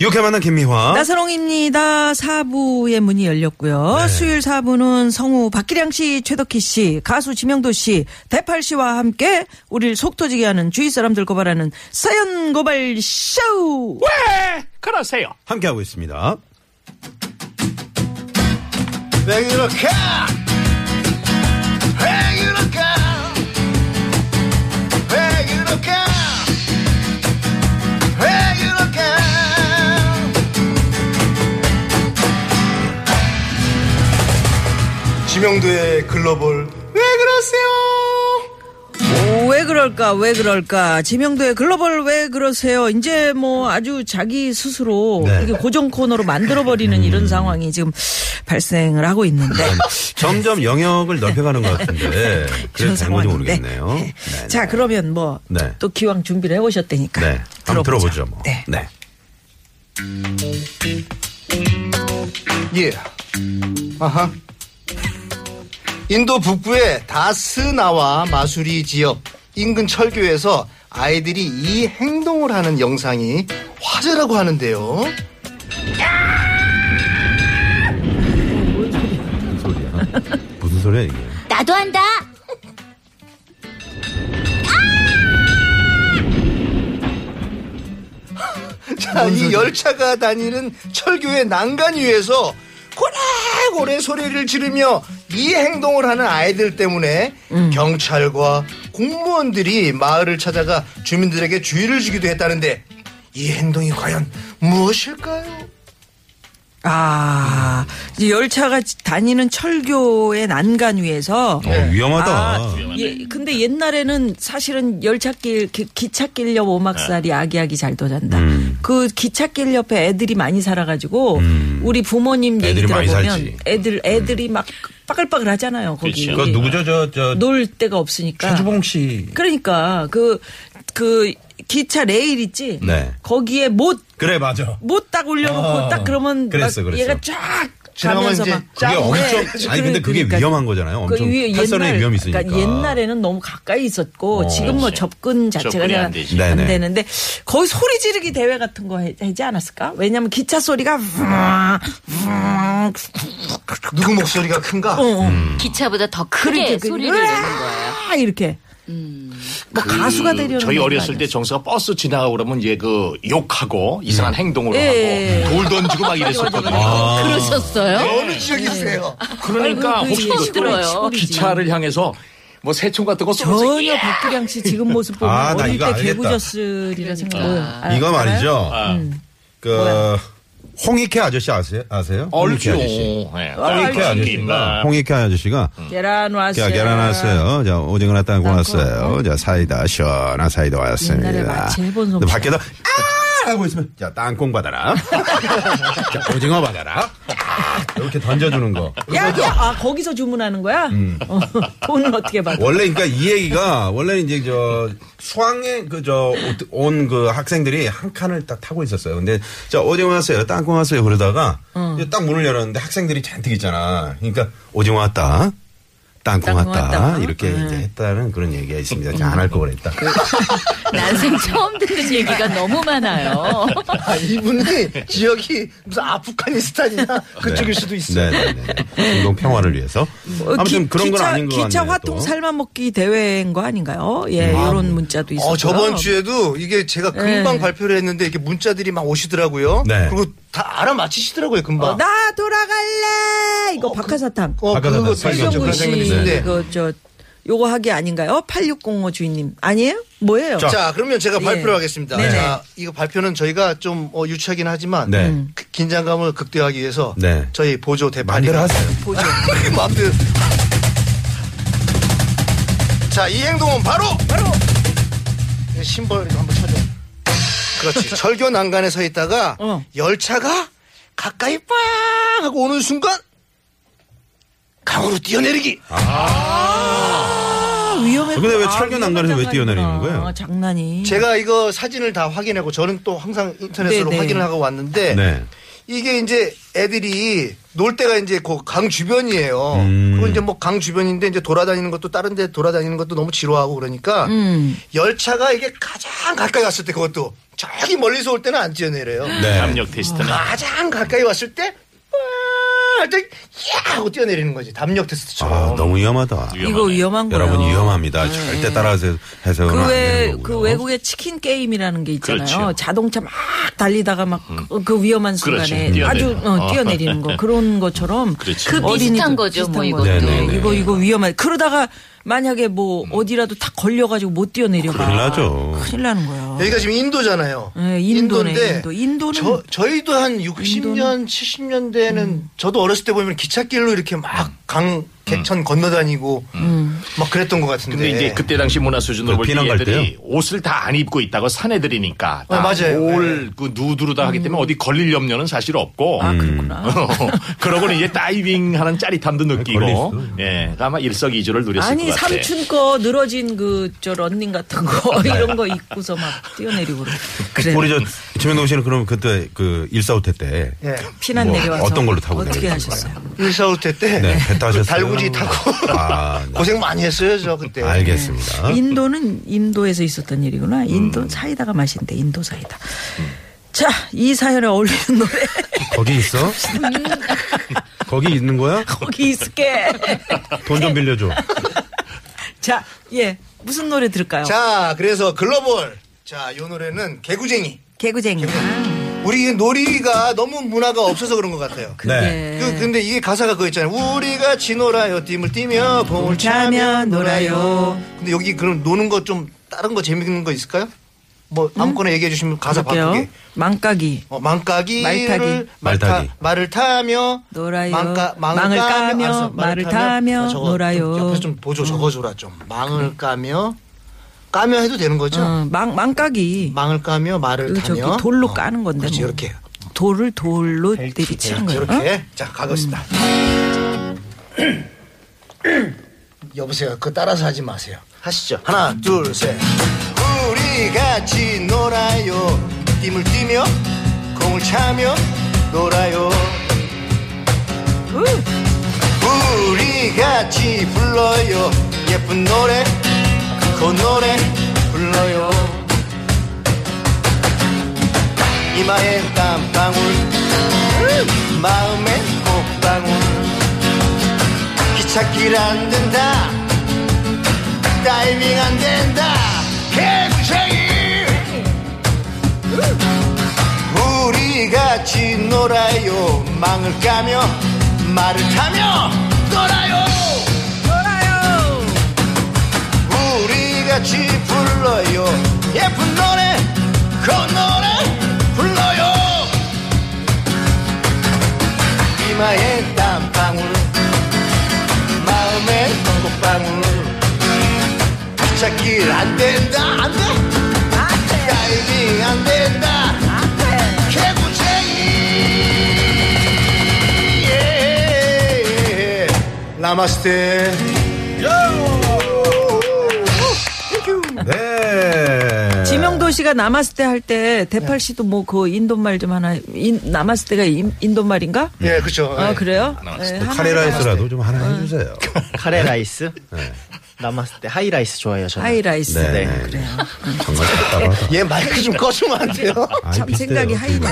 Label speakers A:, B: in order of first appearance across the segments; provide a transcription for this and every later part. A: 이렇게 만난 김미화.
B: 나선홍입니다. 4부의 문이 열렸고요. 수요일 4부는 성우 박기량 씨, 최덕희 씨, 가수 지명도 씨, 대팔 씨와 함께 우리를 속 터지게 하는 주위 사람들 고발하는 사연 고발 쇼!
C: 그러세요.
A: 함께하고 있습니다.
D: 백유로카 백유로카 백유로카 백유로카 지명도의 글로벌 왜 그러세요
B: 오, 왜 그럴까, 왜 그럴까. 지명도의 글로벌 왜 그러세요. 이제 뭐 아주 자기 스스로
A: 네.
B: 이렇게 고정 코너로 만들어버리는 이런 상황이 지금 발생을 하고 있는데.
A: 점점 영역을 넓혀가는 것 같은데.
B: 네. 그런
A: 그래서 된 건지
B: 상황인데.
A: 모르겠네요.
B: 네.
A: 네,
B: 자,
A: 네.
B: 그러면 뭐,
A: 네.
B: 또 기왕 준비를 해오셨다니까.
A: 네. 한번 들어보죠, 뭐.
B: 네.
A: 네.
D: 예. 아하. 인도 북부의 다스나와 마수리 지역 인근 철교에서 아이들이 이 행동을 하는 영상이 화제라고 하는데요.
A: 무슨 소리야? 무슨 소리야, 이게?
E: 나도 한다
D: 자, 이 열차가 다니는 철교의 난간 위에서 고래고래 소리를 지르며 이 행동을 하는 아이들 때문에 경찰과 공무원들이 마을을 찾아가 주민들에게 주의를 주기도 했다는데 이 행동이 과연 무엇일까요?
B: 아, 이제 열차가 다니는 철교의 난간 위에서.
A: 어, 위험하다.
B: 아, 예, 근데 옛날에는 사실은 열차길, 기, 기찻길 옆 오막살이 아기아기 잘 돋았다.
A: 네. 음.
B: 그 기찻길 옆에 애들이 많이 살아가지고 우리 부모님 얘기
A: 애들이 많이
B: 들어보면
A: 살지. 음.
B: 애들, 애들이 막 빠글빠글 하잖아요. 거기.
C: 그렇죠.
A: 그 누구죠? 저, 저,
B: 놀 데가 없으니까.
A: 최주봉 씨.
B: 그러니까 그, 그 기차 레일 있지?
A: 네.
B: 거기에 못,
A: 그래, 맞아.
B: 못 딱 올려놓고
A: 어,
B: 딱 그러면
A: 그랬어,
B: 막
A: 그랬어.
B: 얘가 쫙
D: 지나가면
B: 가면서
D: 이제
B: 막
A: 그게 엄청, 아니, 근데 그게
B: 그러니까
A: 위험한 거잖아요. 엄청
B: 위에
A: 탈선의
B: 옛날-
A: 위험이 있으니까.
B: 그러니까 옛날에는 너무 가까이 있었고
A: 어.
B: 지금 뭐
C: 그렇지.
B: 접근 자체가
C: 접근이
B: 잘
C: 안
B: 안
C: 되지.
A: 네네.
B: 되는데 거의 소리 지르기 대회 같은 거 해- 하지 않았을까? 왜냐면 기차 소리가 음,
D: 누구 목소리가
B: 어,
D: 큰가?
F: 기차보다 더 크게
B: 그러니까
F: 소리를
B: 그냥
F: 내는 거예요. 음.
B: 아 이렇게 뭐 가수가
A: 그
B: 되려는
C: 저희
B: 거
C: 어렸을
B: 아니야?
C: 때 정수가 버스 지나가고 그러면 얘 그 욕하고 이상한 행동을
B: 예.
C: 하고 돌 던지고 막 이랬었거든요.
F: 그러셨어요?
B: 네.
D: 어느 지역이세요?
C: 그러니까
B: 아이고, 그
C: 혹시
B: 처음
C: 그
F: 들어요.
C: 기차를 향해서 뭐 새총 같은 거 쏘면서
B: 전혀 박기량 씨 지금 모습 보면
A: 아, 나
B: 어릴
A: 이거
B: 때
A: 알겠다. 그러니까. 아,
B: 개구졌으리라 생각.
A: 이거 말이죠.
B: 음.
A: 그, 홍익회 아저씨 아세요? 아세요? 홍익회
C: 얼죠.
A: 아저씨.
C: 예.
A: 홍익회 아저씨가, 홍익회 아저씨가
B: 계란 왔어요.
A: 자, 계란 왔어요. 자, 오징어 나타나고 왔어요. 자, 사이다, 시원한 사이다 왔습니다.
B: 옛날에 마치 해본 솜씨.
A: 근데 밖에서, 아! 하고 있으면, 자, 땅콩 받아라. 자, 오징어 받아라. 이렇게 던져주는 거.
B: 야, 야, 아 거기서 주문하는 거야?
A: 음.
B: 어, 돈은 어떻게 받아?
A: 원래, 그러니까 이 얘기가, 원래 이제 저, 수학에 그 저, 온 그 학생들이 한 칸을 딱 타고 있었어요. 근데, 자, 오징어 왔어요. 땅콩 왔어요. 그러다가, 이제 딱 문을 열었는데 학생들이 잔뜩 있잖아. 그러니까, 오징어 왔다. 땅콩,
B: 땅콩
A: 왔다.
B: 왔다. 네.
A: 이렇게 이제 했다는 그런 얘기가 있습니다. 안 할 거 그랬다.
F: 난생 처음 듣는 얘기가 너무 많아요.
D: 아, 이분이 지역이 무슨
B: 네.
D: 아프가니스탄이나 그쪽일 수도 있어요.
A: 네네네. 공동 평화를 위해서.
B: 어,
A: 아무튼
B: 기-
A: 그런
B: 기차,
A: 건 아닌 것 같네요.
B: 기차
A: 또.
B: 화통
A: 음.
B: 삶아먹기 대회인 거 아닌가요? 예, 이런 문자도 있었고요.
D: 어, 저번 주에도 이게 제가 금방
B: 네.
D: 발표를 했는데 이렇게 문자들이 막 오시더라고요.
A: 네.
D: 그리고 다 알아맞히시더라고요, 금방.
B: 어, 나 돌아갈래
A: 그
B: 이거 박하사탕.
D: 어,
A: 아까 나
D: 그거
A: 설명 좀
D: 설명했죠.
B: 최경훈
D: 그런
B: 씨
D: 장면이 있는데.
B: 이거 저 요거 하기 아닌가요? 8605 주인님 아니에요? 뭐예요?
A: 자,
D: 자, 그러면 제가
B: 예.
D: 발표를 하겠습니다.
B: 네네.
D: 자, 이거 발표는 저희가 좀 어, 유치하긴 하지만
A: 네.
D: 그 긴장감을 극대화하기 위해서
A: 네.
D: 저희 보조 대판이가
A: 반대로 하세요.
D: 보조. 마음대로. 자, 이 행동은 바로 그 바로 심벌 이거 한번 쳐줘. 그렇지. 철교 난간에 서 있다가
B: 어.
D: 열차가 가까이 빵 하고 오는 순간 강으로 뛰어내리기.
B: 아, 위험해.
A: 근데 왜
B: 아,
A: 철교 난간에서 왜
B: 위험한
A: 뛰어내리는
B: 장난이구나.
A: 거예요?
B: 장난이.
D: 제가 이거 사진을 다 확인하고 저는 또 항상 인터넷으로
B: 네, 네.
D: 확인을 하고 왔는데
A: 네.
D: 이게 이제 애들이 놀 때가 이제 그 강 주변이에요.
A: 음.
D: 그리고 이제 뭐 강 주변인데 이제 돌아다니는 것도 다른 데 돌아다니는 것도 너무 지루하고 그러니까
B: 음.
D: 열차가 이게 가장 가까이 왔을 때 그것도 저기 멀리서 올 때는 안 뛰어내려요.
A: 네.
C: 압력 테스트는
D: 가장 가까이 왔을 때 할때야 하고 뛰어내리는 거지. 담력 테스트처럼.
A: 아, 너무 위험하다.
B: 이거 위험한 거예요. 네.
A: 여러분 위험합니다. 절대 따라서 해서는 안 되는
B: 음. 그외그
A: 거고요.
B: 외국의 치킨 게임이라는 게 있잖아요.
C: 그렇죠. 음.
B: 자동차 막 달리다가 막 그 위험한 순간에
C: 그렇죠.
B: 아주
C: 뛰어내리는.
B: 어,
C: 어.
B: 뛰어내리는 거 그런 것처럼
C: 그렇죠.
F: 그
B: 어린이들
F: 비슷한 거죠,
B: 비슷한
F: 뭐
B: 거죠.
A: 이것도.
B: 네,
A: 네네네. 음.
B: 이거 이거 위험해. 그러다가 만약에 뭐 어디라도 탁 걸려가지고 못 뛰어내려.
A: 큰일 나죠.
B: 큰일 나는 거야.
D: 여기가 지금 인도잖아요.
B: 네, 인도네, 인도. 인도는-
D: 저, 저희도 한 60년, 70년대에는 음. 저도 어렸을 때 보면 기찻길로 이렇게
A: 음.
D: 막 강 개천 건너다니고 막 그랬던 것 같은데.
G: 네.
C: 근데 이제 그때 당시 문화
A: 그
C: 수준으로 볼 때
A: 피난 갈
C: 얘들이 옷을 다 안 입고 있다고 사내들이니까
D: 어, 맞아요. 네.
C: 올그 누드로 다 하기 때문에 어디 걸릴 염려는 사실 없고
B: 음. 아
C: 어,
G: 음.
B: 그렇구나.
C: 그러고는 이제 다이빙하는 짜릿함도
G: 네,
A: 걸릴
C: 느끼고
A: 수도.
C: 예 아마 일석이조를 누렸을
B: 아니
C: 것 같아.
B: 삼촌 거 늘어진 그 저 런닝 같은 거 이런
A: 네.
B: 거 입고서 막 뛰어내리고 그래.
A: 우리 저 지명동 씨는 그럼 그때 그 일사후퇴 때
D: 예.
B: 피난
A: 뭐
B: 내려와서
A: 어떤 걸로 타고
B: 어떻게
A: 다니는
B: 하셨어요?
D: 일사후퇴 때그
A: 네, 배 타셨어요?
D: 달구지 타고 예.
A: 아, 나-
D: 고생 많이 했어요, 저 그때.
A: 알겠습니다.
B: 인도는 인도에서 있었던 일이구나. 인도 사이다가 맛인데 인도 사이다. 자, 이 사연에 어울리는 노래
A: 거기 있어? 거기 있는 거야?
B: 거기 있을게.
A: 돈 좀 빌려줘.
B: 자, 예. 무슨 노래 들을까요?
D: 자, 그래서 글로벌. 자, 요 노래는 개구쟁이.
B: 개구쟁이. 아,
D: 우리 놀이가 너무 문화가 없어서 그런 것 같아요.
B: 예.
A: 네.
D: 그, 근데 이게 가사가 그거 있잖아요. 우리가 지노라요, 띠을 뛰며, 봉을 차며
B: 차며
D: 놀아요.
B: 놀아요.
D: 근데 여기 그럼 노는 거 좀 다른 거 재밌는 거 있을까요? 뭐
B: 음?
D: 아무거나 얘기해 주시면 가사
B: 볼게요.
D: 바꾸게.
B: 망까기.
D: 어, 망까기를
B: 말타기.
A: 말타기.
D: 말타- 말을 타며
B: 놀아요.
D: 망까, 망을,
B: 망을
D: 까며,
B: 까며,
D: 알았어,
B: 말을 타며
D: 어, 저거
B: 놀아요. 음.
D: 좀 옆에서 좀 보조 적어줘라 좀. 망을 까며 까며 해도 되는 거죠?
B: 어, 망 망까기.
D: 망을 까며 말을
B: 그 저기
D: 타며
B: 돌로
A: 어.
B: 까는 건데.
D: 그렇지
B: 뭐.
D: 이렇게
B: 돌을 돌로 때리치는 거예요. 어?
D: 이렇게 자 가겠습니다. 여보세요. 그거 따라서 하지 마세요. 하시죠. 하나, 둘, 셋. 우리 같이 놀아요. 띠을 뛰며 공을 차며 놀아요.
B: 어? 으,
D: 우리 같이 불러요. 예쁜 노래, 그 노래 불러요. 이마에 땀방울, 마음에 콧방울. 기찻길 안 된다, 다이빙 안 된다. 개구쟁이! 우리 같이 놀아요 망을 까며 말을 타며 놀아요
B: 놀아요.
D: 우리 같이 불러요 예쁜 노래 그 노래 불러요 이마에 땀방울 마음에 똥방울 찾길 안 된다 안돼 다이빙 안 된다 개구쟁이 예. 나마스테
A: 네.
B: 지명도 씨가 남았을 때 할 때 대팔 씨도 뭐 그 인도말 좀 하나 인, 남았을 때가 인, 인도말인가?
D: 예, 그렇죠.
B: 아 그래요? 어. 예, 하나
A: 카레라이스라도 좀 하나 해주세요.
G: 카레 라이스 남았을 때 하이 라이스 좋아해요 저는.
B: 하이라이스.
A: 네.
G: 네,
B: 그래요.
A: 정말 답답하다.
D: 얘 마이크 좀 꺼주면 안 돼요?
A: 아이,
B: 참
A: 비슷해요,
B: 생각이 하이네.
A: 지금.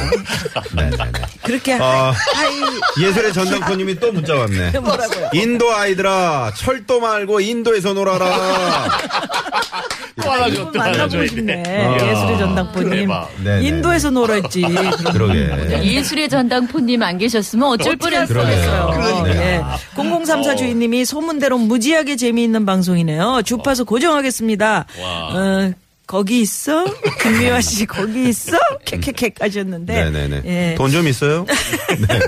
A: 네, 네, 네.
B: 그렇게
A: 아,
B: 하이
A: 예술의 전당포님이 또 문자 왔네.
B: 뭐라고요?
A: 인도 아이들아, 철도 말고 인도에서 놀아라.
C: 또 하나 줘, 또 하나
B: 만나보고
C: 줘야
B: 네. 싶네.
C: 돼.
B: 예술의 전당포님.
C: 대박.
A: 아. 네네. 아,
B: 인도에서 놀았지.
A: 그러게.
F: 예술의 전당포님 안 계셨으면 네. 어쩔 뻔했어요.
A: 그러게요. 그러니까. 어.
B: 예. 0034 주인님이 소문대로 무지하게 재미있는 방송이네요. 주파수 고정하겠습니다. 어, 거기 있어? 김미화 씨 거기 있어? 캑캑캑 하셨는데.
A: 네네네.
B: 예.
A: 돈 좀 있어요? 네네.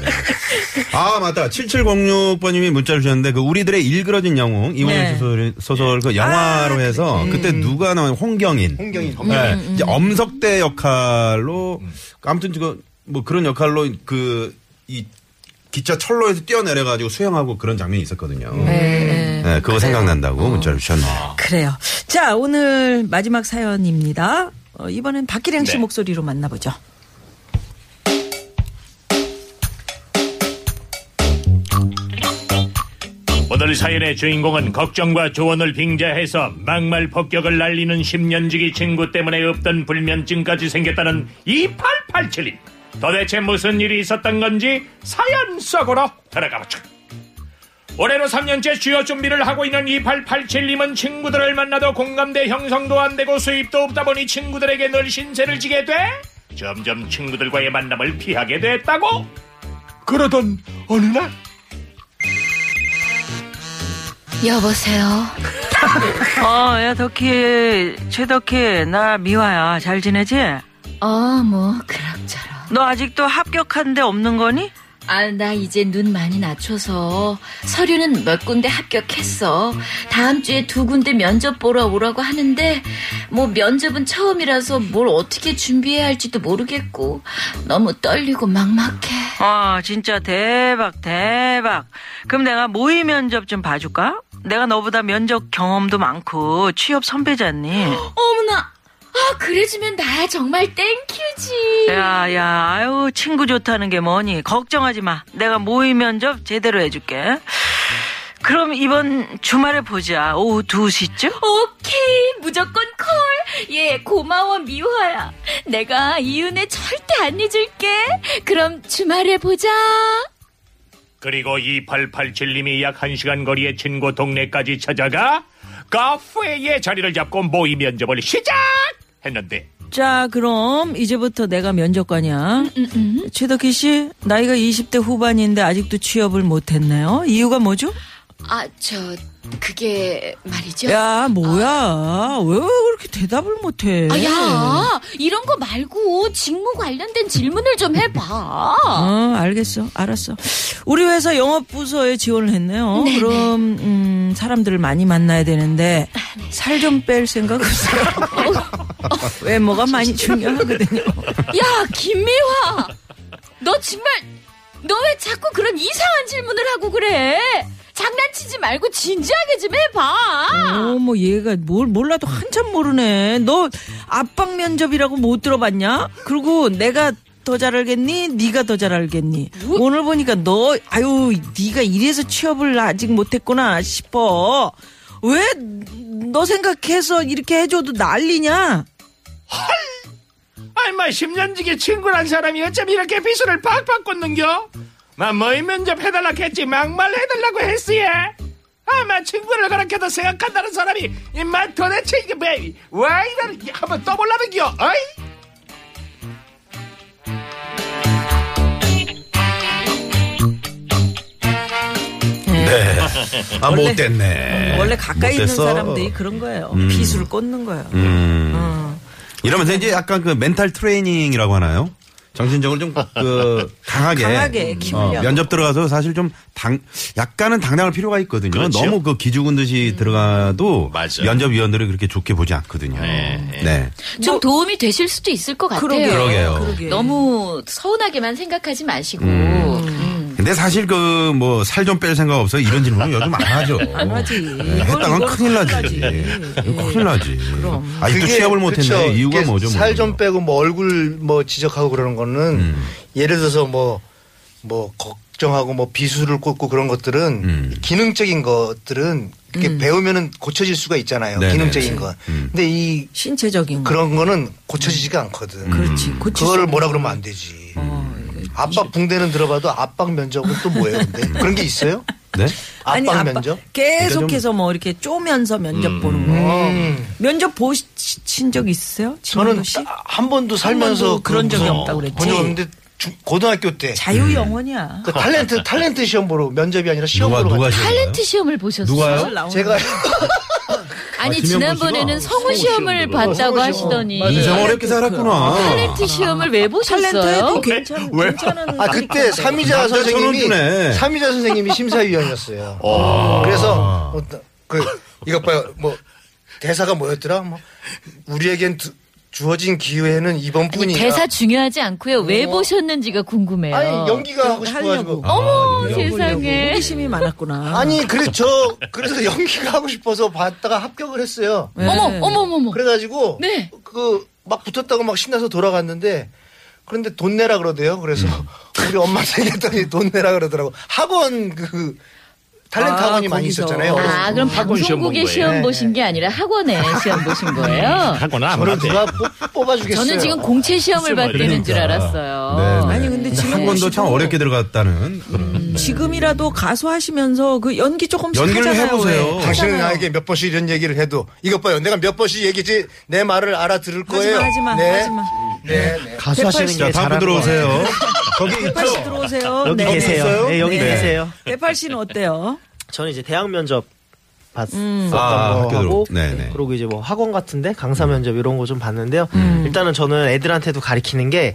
A: 아, 맞다. 7706번님이 문자를 주셨는데, 그, 우리들의 일그러진 영웅, 이원영
B: 네. 아, 예.
A: 소설, 소설, 그, 영화로 해서, 그때 누가 나온, 홍경인. 음.
D: 홍경인.
A: 네.
B: 음,
A: 이제 엄석대 역할로, 아무튼, 지금, 뭐 그런 역할로, 그, 이 기차 철로에서 뛰어내려가지고 수영하고 그런 장면이 있었거든요.
B: 네. 어.
A: 네, 그거 생각난다고 문자를 주셨네요.
B: 그래요. 자, 오늘 마지막 사연입니다. 어, 이번엔 박기량 씨
C: 네.
B: 목소리로 만나보죠.
C: 오늘 사연의 주인공은 걱정과 조언을 빙자해서 막말 폭격을 날리는 10년지기 친구 때문에 없던 불면증까지 생겼다는 2887님. 도대체 무슨 일이 있었던 건지 사연 속으로 들어가보죠. 올해로 3년째 취업 준비를 하고 있는 2887님은 친구들을 만나도 공감대 형성도 안 되고 수입도 없다 보니 친구들에게 늘 신세를 지게 돼 점점 친구들과의 만남을 피하게 됐다고 그러던 어느 날
E: 여보세요.
B: 어, 야, 덕희, 최덕희, 나 미화야. 잘 지내지?
F: 어 뭐 그럭저럭.
B: 너 아직도 합격한 데 없는 거니?
F: 아 나 이제 눈 많이 낮춰서 서류는 몇 군데 합격했어. 다음 주에 두 군데 면접 보러 오라고 하는데 뭐 면접은 처음이라서 뭘 어떻게 준비해야 할지도 모르겠고 너무 떨리고 막막해.
B: 와, 어, 진짜 대박, 대박. 그럼 내가 모의 면접 좀 봐줄까? 내가 너보다 면접 경험도 많고 취업 선배잖니.
F: 어머나. 아 그래주면 나 정말 땡큐지.
B: 야, 야, 아유, 친구 좋다는 게 뭐니. 걱정하지 마. 내가 모의 면접 제대로 해줄게. 그럼 이번 주말에 보자. 오후 2시쯤?
F: 오케이 무조건 콜예 고마워 미화야 내가 이윤에 절대 안 잊을게 그럼 주말에 보자
C: 그리고 2887님이 약 1시간 거리의 친구 동네까지 찾아가 카페에 자리를 잡고 모의 면접을 시작했는데
B: 자, 그럼 이제부터 내가 면접관이야. 최덕희 씨, 나이가 20대 후반인데 아직도 취업을 못했네요. 이유가 뭐죠?
F: 아 저 그게 말이죠
B: 야, 뭐야. 왜 그렇게 대답을 못해?
F: 아, 야 이런 거 말고 직무 관련된 질문을 좀 해봐
B: 어, 알겠어. 알았어. 우리 회사 영업 부서에 지원을 했네요.
F: 네네.
B: 그럼 음, 사람들을 많이 만나야 되는데
F: 아, 네.
B: 살 좀 뺄 생각 없어요.
F: 어.
B: 외모가 많이 중요하거든요.
F: 야 김미화 너 정말 너 왜 자꾸 그런 이상한 질문을 하고 그래 장난치지 말고 진지하게 좀 해봐
B: 어머 얘가 뭘 몰라도 한참 모르네. 너 압박 면접이라고 못 들어봤냐? 그리고 내가 더 잘 알겠니? 네가 더 잘 알겠니? 오늘 보니까 너 아유 네가 이래서 취업을 아직 못했구나 싶어. 왜 너 생각해서 이렇게 해줘도 난리냐?
C: 얼마 10년지기 친구란 사람이 어쩜 이렇게 비수를 팍팍 꽂는겨? 마 모의 면접 해달라고 했지 막말 해달라고 했으예 아마 친구를 그렇게도 생각한다는 사람이 이마 도대체 이게 왜왜 이런 한번 떠볼라는겨 어이?
A: 네. 아,
B: 원래-
A: 못됐네.
B: 원래 가까이 있는
A: 못됐어.
B: 사람들이 그런 거예요. 비수를 꽂는 거예요.
A: 이러면서 이제 약간 그 멘탈 트레이닝이라고 하나요? 정신적으로 좀 그 강하게, 음, 어,
B: 강하게 키우려고.
A: 면접 들어가서 사실 좀 당 약간은 당당할 필요가 있거든요.
C: 그렇죠.
A: 너무 그 기죽은 듯이 들어가도
C: 맞아요.
A: 면접위원들을 그렇게 좋게 보지 않거든요. 네.
F: 좀 도움이 되실 수도 있을 것 같아요.
B: 그러게요.
A: 그러게요.
F: 예.
B: 그러게.
F: 너무 서운하게만 생각하지 마시고. 음.
A: 근데 사실 그 뭐 살 좀 뺄 생각 없어 이런 질문은 요즘 안 하죠.
B: 안 하지.
A: 네,
B: 이건-
A: 했다간
B: 이건
A: 큰일 나지.
B: 큰일 나지.
A: 큰일 나지.
B: 그럼.
A: 아직도
D: 그게-
A: 취업을 못했는데
D: 그쵸.
A: 이유가
D: 이게
A: 뭐죠? 음.
D: 살 좀
A: 모르겠네요.
D: 빼고 뭐 얼굴 뭐 지적하고 그러는 거는 예를 들어서 뭐 뭐 걱정하고 뭐 비수를 꽂고 그런 것들은
A: 음.
D: 기능적인 것들은 이렇게
B: 음.
D: 배우면은 고쳐질 수가 있잖아요.
A: 네네.
D: 기능적인 건.
A: 음.
D: 근데 이
B: 신체적인 거.
D: 그런 거는 고쳐지지가
A: 음.
D: 않거든.
B: 그렇지. 고칠 어,
D: 그거를
B: 수- 음.
D: 뭐라 그러면 안 되지. 압박 붕대는 들어봐도 압박 면접은 또 뭐예요?
A: 음.
D: 근데 그런 게 있어요?
A: 네?
D: 압박
B: 아니, 아빠
D: 면접?
B: 계속해서 뭐 이렇게 쪼면서 면접 보는 거.
D: 음.
B: 면접 보신 적 있으세요?
D: 저는
B: 진원호
D: 아,
B: 씨?
D: 딱 한 번도 살면서
B: 번도 그런 적이
D: 무슨
B: 없다고 그랬지?
D: 본적 없는데 중- 고등학교 때
B: 자유 영혼이야.
D: 그 탤런트 탤런트 시험 보러 면접이 아니라 시험
A: 누가
D: 보러
A: 누가
D: 갔죠.
A: 시험해요?
F: 탤런트 시험을 보셨어요?
A: 누가요?
B: 나오는
D: 제가
F: 아니
A: 아, 김영구
F: 지난번에는
A: 씨가?
F: 성우 시험을 봤다고 하시더니
A: 인생 어렵게 살았구나.
F: 탤런트 시험을 왜
B: 탤런트에도
F: 보셨어요?
B: 괜찮, 괜찮은.
D: 아 그때 삼이자
A: 남자
D: 선생님이
A: 전원주네.
D: 삼이자 선생님이 심사위원이었어요. 그래서 어떤- 그 이것 봐요. 뭐 대사가 뭐였더라? 뭐 우리에겐 두, 주어진 기회는 이번뿐이야.
F: 대사 중요하지 않고요. 왜 보셨는지가 궁금해요.
D: 아니 연기가 어. 하고
B: 하려고.
D: 싶어가지고.
F: 어머
A: 연기.
F: 세상에.
B: 호기심이 많았구나.
D: 아니 그래 저 그래서 연기가 하고 싶어서 봤다가 합격을 했어요.
B: 네.
F: 어머 어머 어머 어머.
D: 그래가지고
F: 네.
D: 그 막 붙었다고 막 신나서 돌아갔는데 그런데 돈 내라 그러대요. 그래서 우리 엄마한테 얘기했더니 돈 내라 그러더라고. 학원 그 탤런트
B: 아,
D: 학원이 많이
B: 거기서.
D: 있었잖아요.
F: 아 그럼
C: 학원 시험 본
F: 방송국에
C: 거예요.
F: 시험 보신 게 아니라 학원에 시험 보신 거예요.
C: 하거나 안
D: 저를
C: 맞대.
D: 누가 뽑- 뽑아주겠어요.
F: 저는 지금 공채
C: 무슨
F: 시험을 봤다는 줄
A: 말이에요?
F: 알았어요.
A: 네, 네.
B: 아니, 근데 지금
A: 한 번도 참
B: 지금-
A: 어렵게 들어갔다는
B: 음,
A: 그런.
B: 지금이라도 가수 하시면서 그 연기 조금씩
A: 연기를
B: 하잖아요,
A: 해보세요.
B: 왜.
D: 당신은
B: 하잖아요.
D: 나에게 몇 번씩 이런 얘기를 해도 이것 봐요. 내가 몇 번씩 얘기지 내 말을 알아들을 거예요.
B: 하지마 하지마
D: 네.
B: 하지마.
D: 네, 네.
G: 가수 하시는 게
A: 자, 다음 분
G: 잘하는
A: 들어오세요.
G: 것
A: 거기
B: 백팔씨
A: 있죠?
B: 들어오세요.
G: 같아요. 여기 계세요. 네, 여기
B: 네.
G: 계세요.
B: 백팔씨는 어때요?
G: 저는 이제 대학 면접 봤었던
A: 아,
G: 거
A: 학교
G: 하고
A: 들어- 네네.
G: 그리고 이제 뭐 학원 같은데 강사 면접 이런 거 좀 봤는데요. 일단은 저는 애들한테도 가리키는 게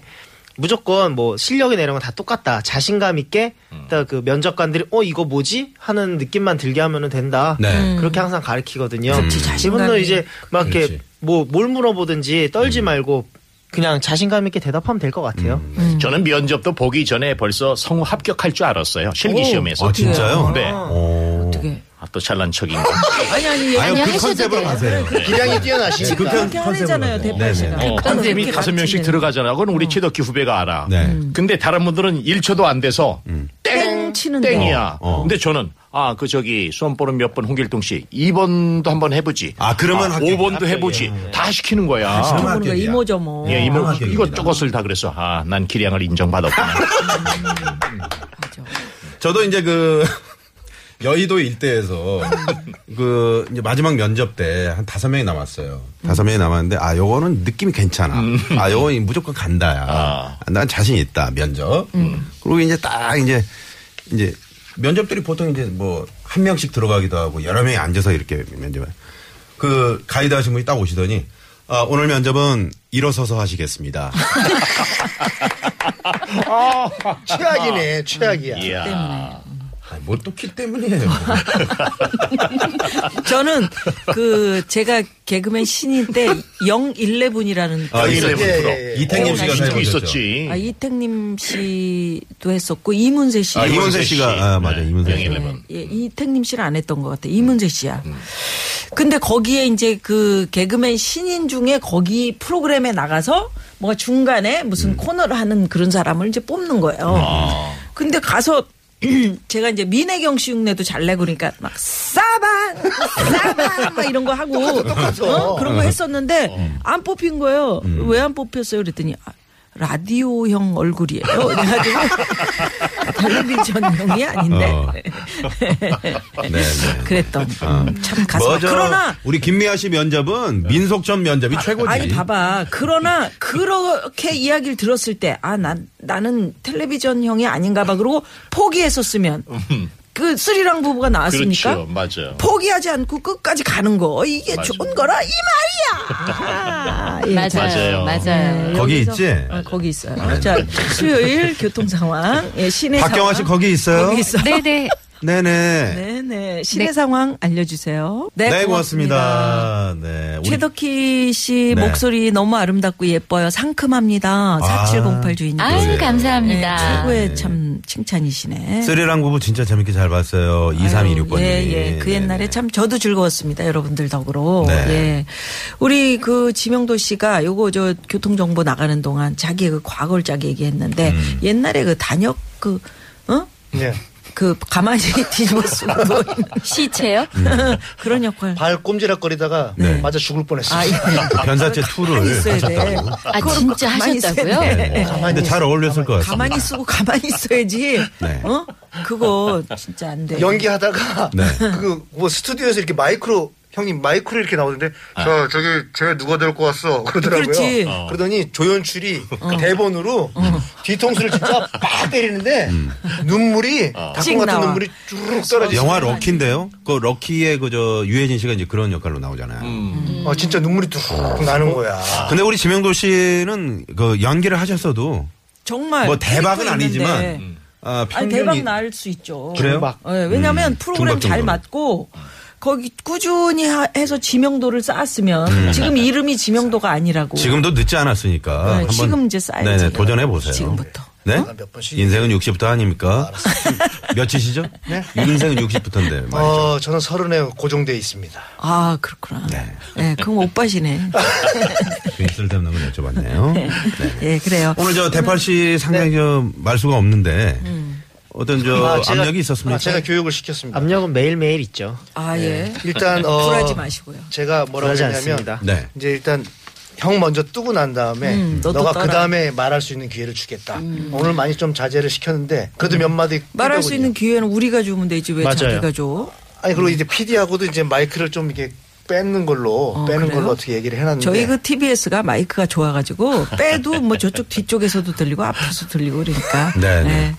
G: 무조건 뭐 실력이나 이런 건 다 똑같다. 자신감 있게
A: 음.
G: 일단 그 면접관들이 어 이거 뭐지 하는 느낌만 들게 하면은 된다.
A: 네.
G: 그렇게 항상 가리키거든요.
B: 자신감이.
G: 이분은 이제 막
A: 그렇지. 음.
G: 이렇게 뭐 뭘 물어보든지 떨지 말고 그냥 자신감 있게 대답하면 될 것 같아요.
C: 저는 면접도 보기 전에 벌써 성우 합격할 줄 알았어요. 실기 시험에서.
A: 아, 진짜요?
C: 네.
A: 오.
B: 어. 어떻게?
C: 아, 또 잘난 척인가.
B: 아니 아니
A: 아유,
B: 아니
A: 그 컨셉으로 가세요.
D: 기량이 뛰어나시니까.
A: 그
B: 그렇게
A: 컨셉으로
B: 하잖아요
A: 가세요.
B: 대팔씨가.
A: 네네.
C: 어, 한 팀이
B: 그렇게
C: 다섯 명씩
B: 같이
C: 들어가잖아. 그건 우리 최덕기 후배가 알아. 음.
A: 네. 음.
C: 근데 다른 분들은 1초도 안 돼서 땡!
B: 치는데.
C: 땡이야.
A: 어, 어.
C: 근데 저는 아, 그 저기 수험 보는 몇 번 홍길동 씨 2번도 한번 해보지.
A: 아, 그러면 학교-
C: 5번도 해보지. 다 시키는 거야.
A: 시키는
B: 보는 아. 거
A: 합격이야.
B: 이모저모.
C: 예, 이모
A: 아, 합격입니다.
C: 이것저것을 다 그래서 아, 난 기량을 인정받았구나.
A: 저도 이제 그 여의도 일대에서 그 이제 마지막 면접 때 한 다섯 명이 남았어요. 다섯 명이 남았는데 아 요거는 느낌이 괜찮아. 아 요건 무조건 간다야.
C: 아.
A: 난 자신 있다 면접. 그리고 이제 딱 이제 이제 면접들이 보통 이제 뭐 한 명씩 들어가기도 하고 여러 명이 앉아서 이렇게 면접을 그 가이드 하신 분이 딱 오시더니 아, 오늘 면접은 일어서서 하시겠습니다.
D: 최악이네, 최악이야.
C: 예. 이야.
A: 아, 뭐또키 때문이에요.
B: 저는 그 제가 개그맨 신인 때 011이라는
A: 아,
C: 여기
A: 있었죠.
C: 레몬
D: 예,
C: 프로.
D: 예, 예.
A: 이태경 씨가
C: 어,
A: 살고
C: 있었지.
B: 아, 이택님 씨도 했었고 이문세 씨.
A: 아, 이문세 씨가 아, 맞아.
C: 네,
A: 이문세 씨.
C: 명예 레몬.
B: 예, 음. 이택님 씨는 안 했던 것 같아. 이문세 씨야. 근데 거기에 이제 그 개그맨 신인 중에 거기 프로그램에 나가서 뭔가 중간에 무슨 코너를 하는 그런 사람을 이제 뽑는 거예요. 아. 근데 가서 제가 이제 민혜경 씨 흉내도 잘 내고 그러니까 막 사방 사방 막 이런 거 하고 어? 그런 거 했었는데 안 뽑힌 거예요. 왜 안 뽑혔어요? 그랬더니 아, 라디오형 얼굴이에요. 그래가지고 텔레비전 형이 아닌데
A: 어. 네, 네.
B: 그랬던 음, 참 가슴 아
A: 뭐죠?
B: 그러나
A: 우리 김미아 씨 면접은 민속촌 면접이 최고지.
B: 아니 봐봐 그러나 그렇게 이야기를 들었을 때 아 난 나는 텔레비전 형이 아닌가봐 그러고 포기했었으면
A: 음.
B: 그 스리랑 부부가 나왔으니까
C: 그렇죠. 맞아요.
B: 포기하지 않고 끝까지 가는 거 이게
C: 맞아요.
B: 좋은 거라 이 말이야. 예, 자,
C: 맞아요.
F: 맞아요. 맞아요.
A: 거기
B: 여기서-
A: 있지?
B: 어, 거기 있어요. 자 수요일 교통 상황 예, 시내
A: 네. 박경화
B: 상황.
A: 씨 거기 있어요?
B: 거기 있어.
E: 네네.
A: 네네. 네,
B: 네네 시내 상황 알려주세요. 네,
A: 고맙습니다. 네. 우리
B: 최덕희 씨
A: 네. 아.
B: 목소리 너무 아름답고 예뻐요. 상큼합니다. 4708 주인님.
F: 아유 감사합니다.
B: 네, 최고의 참 칭찬이시네.
A: 쓰리랑 부부 진짜 재밌게 잘 봤어요. 2326번님.
B: 예, 예. 그 옛날에 참 저도 즐거웠습니다. 여러분들 덕으로.
A: 네.
B: 예. 우리 그 지명도 씨가 요거 저 교통정보 나가는 동안 자기의 그 과거를 자기 얘기했는데
A: 음.
B: 옛날에 그 단역 그, 어?
D: 예.
B: 그 가만히 뒤집어 쓰고 누워 있는
F: 시체요?
B: 그런
A: 음.
B: 역할.
D: 발 꼼지락거리다가
A: 네.
D: 맞아 죽을 뻔했어요.
B: 아, 예.
A: 그 변사체
B: 가만히
A: 2를
B: 있어야 돼.
A: 하셨다고.
F: 아
B: 그걸
F: 진짜
B: 가만히 있어야
F: 하셨다고요?
B: 돼.
A: 네. 근데 잘 어울렸을 것 같습니다.
B: 가만히 쓰고 가만히 있어야지.
A: 네.
B: 어? 그거 진짜 안 돼.
D: 연기하다가
A: 네.
D: 그 뭐 스튜디오에서 이렇게 마이크로 형님 마이크로 이렇게 나오는데
A: 아.
D: 저 저기 제가 누가 데리고 왔어 그러더라고요.
B: 그렇지.
D: 러더니 조연출이
A: 어.
D: 대본으로 뒤통수를 진짜 빡 때리는데 눈물이
B: 찍
D: 닭콩 같은
B: 나와.
D: 눈물이 쭉 떨어지고
A: 음. 어. 영화 럭키인데요. 그 럭키의 그저 유해진 씨가 이제 그런 역할로 나오잖아요.
D: 어, 진짜 눈물이 뚝 나는 거야.
A: 근데 우리 지명도 씨는 그 연기를 하셨어도
B: 정말
A: 뭐 대박은
B: 캐릭터 있는데.
A: 아니지만 아,
B: 아니
A: 평균이
B: 대박 날 수 있죠.
A: 그래요? 음.
B: 예, 왜냐하면 프로그램
A: 중박
B: 잘
A: 정도로.
B: 맞고 거기 꾸준히 하- 해서 지명도를 쌓았으면 지금 이름이 지명도가 아니라고.
A: 음. 네. 지금도 늦지 않았으니까.
B: 네,
A: 한번
B: 지금 이제 쌓여야
A: 네네,
B: 돼요.
A: 도전해 보세요.
B: 지금부터.
A: 네?
D: 아, 몇 번씩
A: 인생은 60부터 아닙니까? 몇이시죠? 네? 인생은 60부터인데.
D: 어, 저는 서른에 고정돼 있습니다.
B: 아 그렇구나. 네. 그럼 오빠시네.
A: 쓸데없는 걸 여쭤봤네요. 네.
B: 예, 그래요.
A: 오늘 저 대팔 씨
B: 음.
A: 상당히 저 말수가 없는데 어떤 저
G: 아, 제가-
A: 압력이 있었습니까?
D: 네. 아, 제가 교육을 시켰습니다.
G: 압력은 매일매일 있죠.
B: 아
A: 네.
B: 예.
D: 일단 어,
B: 굴하지 마시고요.
D: 제가 뭐라고
G: 굴하지
D: 했냐면
G: 않습니다.
A: 네.
D: 이제 일단 형 먼저 뜨고 난 다음에
B: 음, 너도
D: 너가
B: 떠라. 음.
D: 그 다음에 말할 수 있는 기회를 주겠다. 오늘 많이 좀 자제를 시켰는데 그래도 몇 마디
B: 말할 수
D: 끄덕거리네요.
B: 있는 기회는 우리가 주면 되지 왜
G: 맞아요.
B: 자기가 줘?
D: 아니 그리고 이제 PD하고도 이제 마이크를 좀 이렇게 뺏는 걸로
B: 어,
D: 빼는
B: 그래요?
D: 걸로 어떻게 얘기를
A: 네.
D: 해놨는데
B: 저희 그 TBS가 마이크가 좋아가지고 빼도 뭐 저쪽 뒤쪽에서도 들리고 앞에서 들리고 그러니까.
A: 네, 네.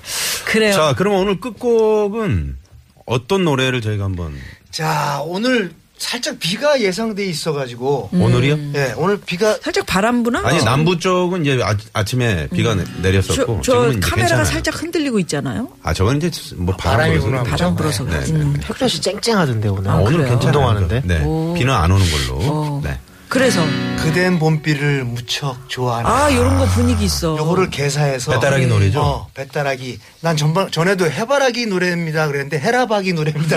B: 그래요.
A: 자, 그러면 오늘 끝곡은 어떤 노래를 저희가 한번
D: 자 오늘 살짝 비가 예상돼 있어가지고
B: 음.
A: 오늘이요?
D: 예 오늘 비가
B: 살짝 바람 부나?
A: 아니 남부 쪽은 이제 아, 침에 비가 내-
B: 저,
A: 내렸었고
B: 음. 저
A: 지금은
B: 카메라가
A: 이제 괜찮아요.
B: 살짝 흔들리고 있잖아요.
A: 아 저건 이제 뭐 바람
D: 바람이구나.
A: 불어서
B: 바람 불어서
A: 네,
B: 그렇지.
A: 네, 네.
B: 음.
G: 햇볕이 쨍쨍하던데 오늘.
A: 아, 오늘
B: 그래요?
A: 괜찮아요.
G: 운동하는데.
A: 네.
B: 오.
A: 비는 안 오는 걸로.
B: 어.
A: 네.
B: 그래서
D: 그댄 봄비를 무척 좋아하는
B: 아 요런 거 분위기 있어.
D: 요거를 개사해서
A: 배따라기 노래죠?
D: 어, 배따라기. 난 전방 전에도 해바라기 노래입니다. 그랬는데 해라바기 노래입니다.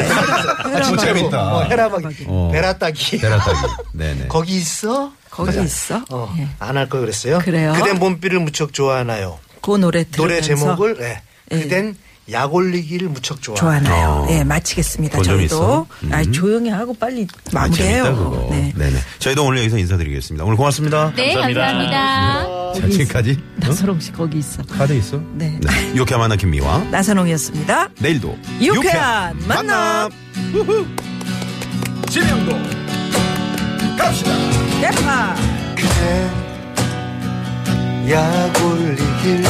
B: 아, 진짜
A: 재밌다.
D: 어, 해라바기.
A: 어.
D: 베라따기.
A: 베라따기. 네네.
D: 거기 있어?
B: 거기
A: 네.
B: 있어.
D: 어,
B: 예.
D: 안 할 걸 그랬어요.
B: 그래요?
D: 그댄 봄비를 무척 좋아하나요.
B: 그 노래 들으면서
D: 노래 제목을 예.
B: 예.
D: 그댄 약 올리기를 무척 좋아.
A: 어.
B: 좋아하나요? 예, 마치겠습니다.
A: 본점
B: 저희도
A: 있어? 음.
B: 아 조용히 하고 빨리
A: 아,
B: 마무리해요.
A: 재밌다 그거.
B: 네.
A: 네. 네 저희도 오늘 여기서 인사드리겠습니다. 오늘 고맙습니다.
F: 네, 감사합니다.
A: 자, 지금까지
B: 나선홍 씨 거기 있어.
A: 카드 있어?
B: 네.
A: 이렇게 만나 김미화.
B: 나선홍이었습니다.
A: 내일도
B: 유쾌한
A: 유쾌한
B: 만남.
A: 우후. 지명도 갑시다.
B: 네, 대파.
D: 그댄 약 올리길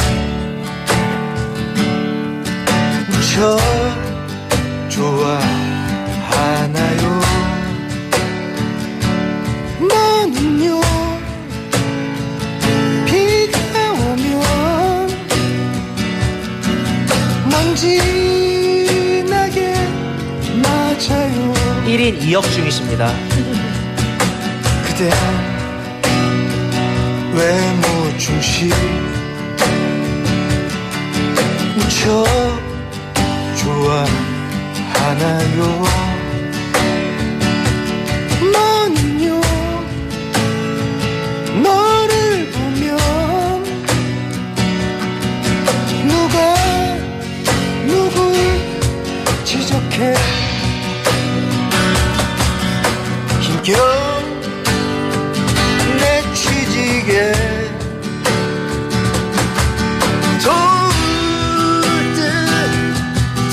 D: 무척 좋아하나요 나는요 비가 오면 먼지 나게 맞아요
G: 1인 2역 중이십니다.
D: 그대 외모 중시 무척 좋아하나요 나는요 너를 보면 누가 누굴 지적해 힘겨운 내 취직에 도울 듯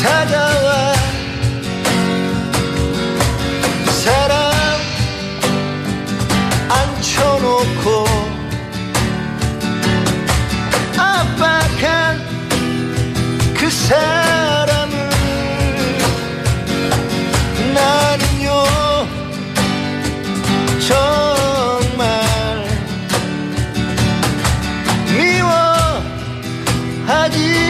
D: 다가와 사람 앉혀놓고 압박한 그 사람을 나는요 정말 미워하지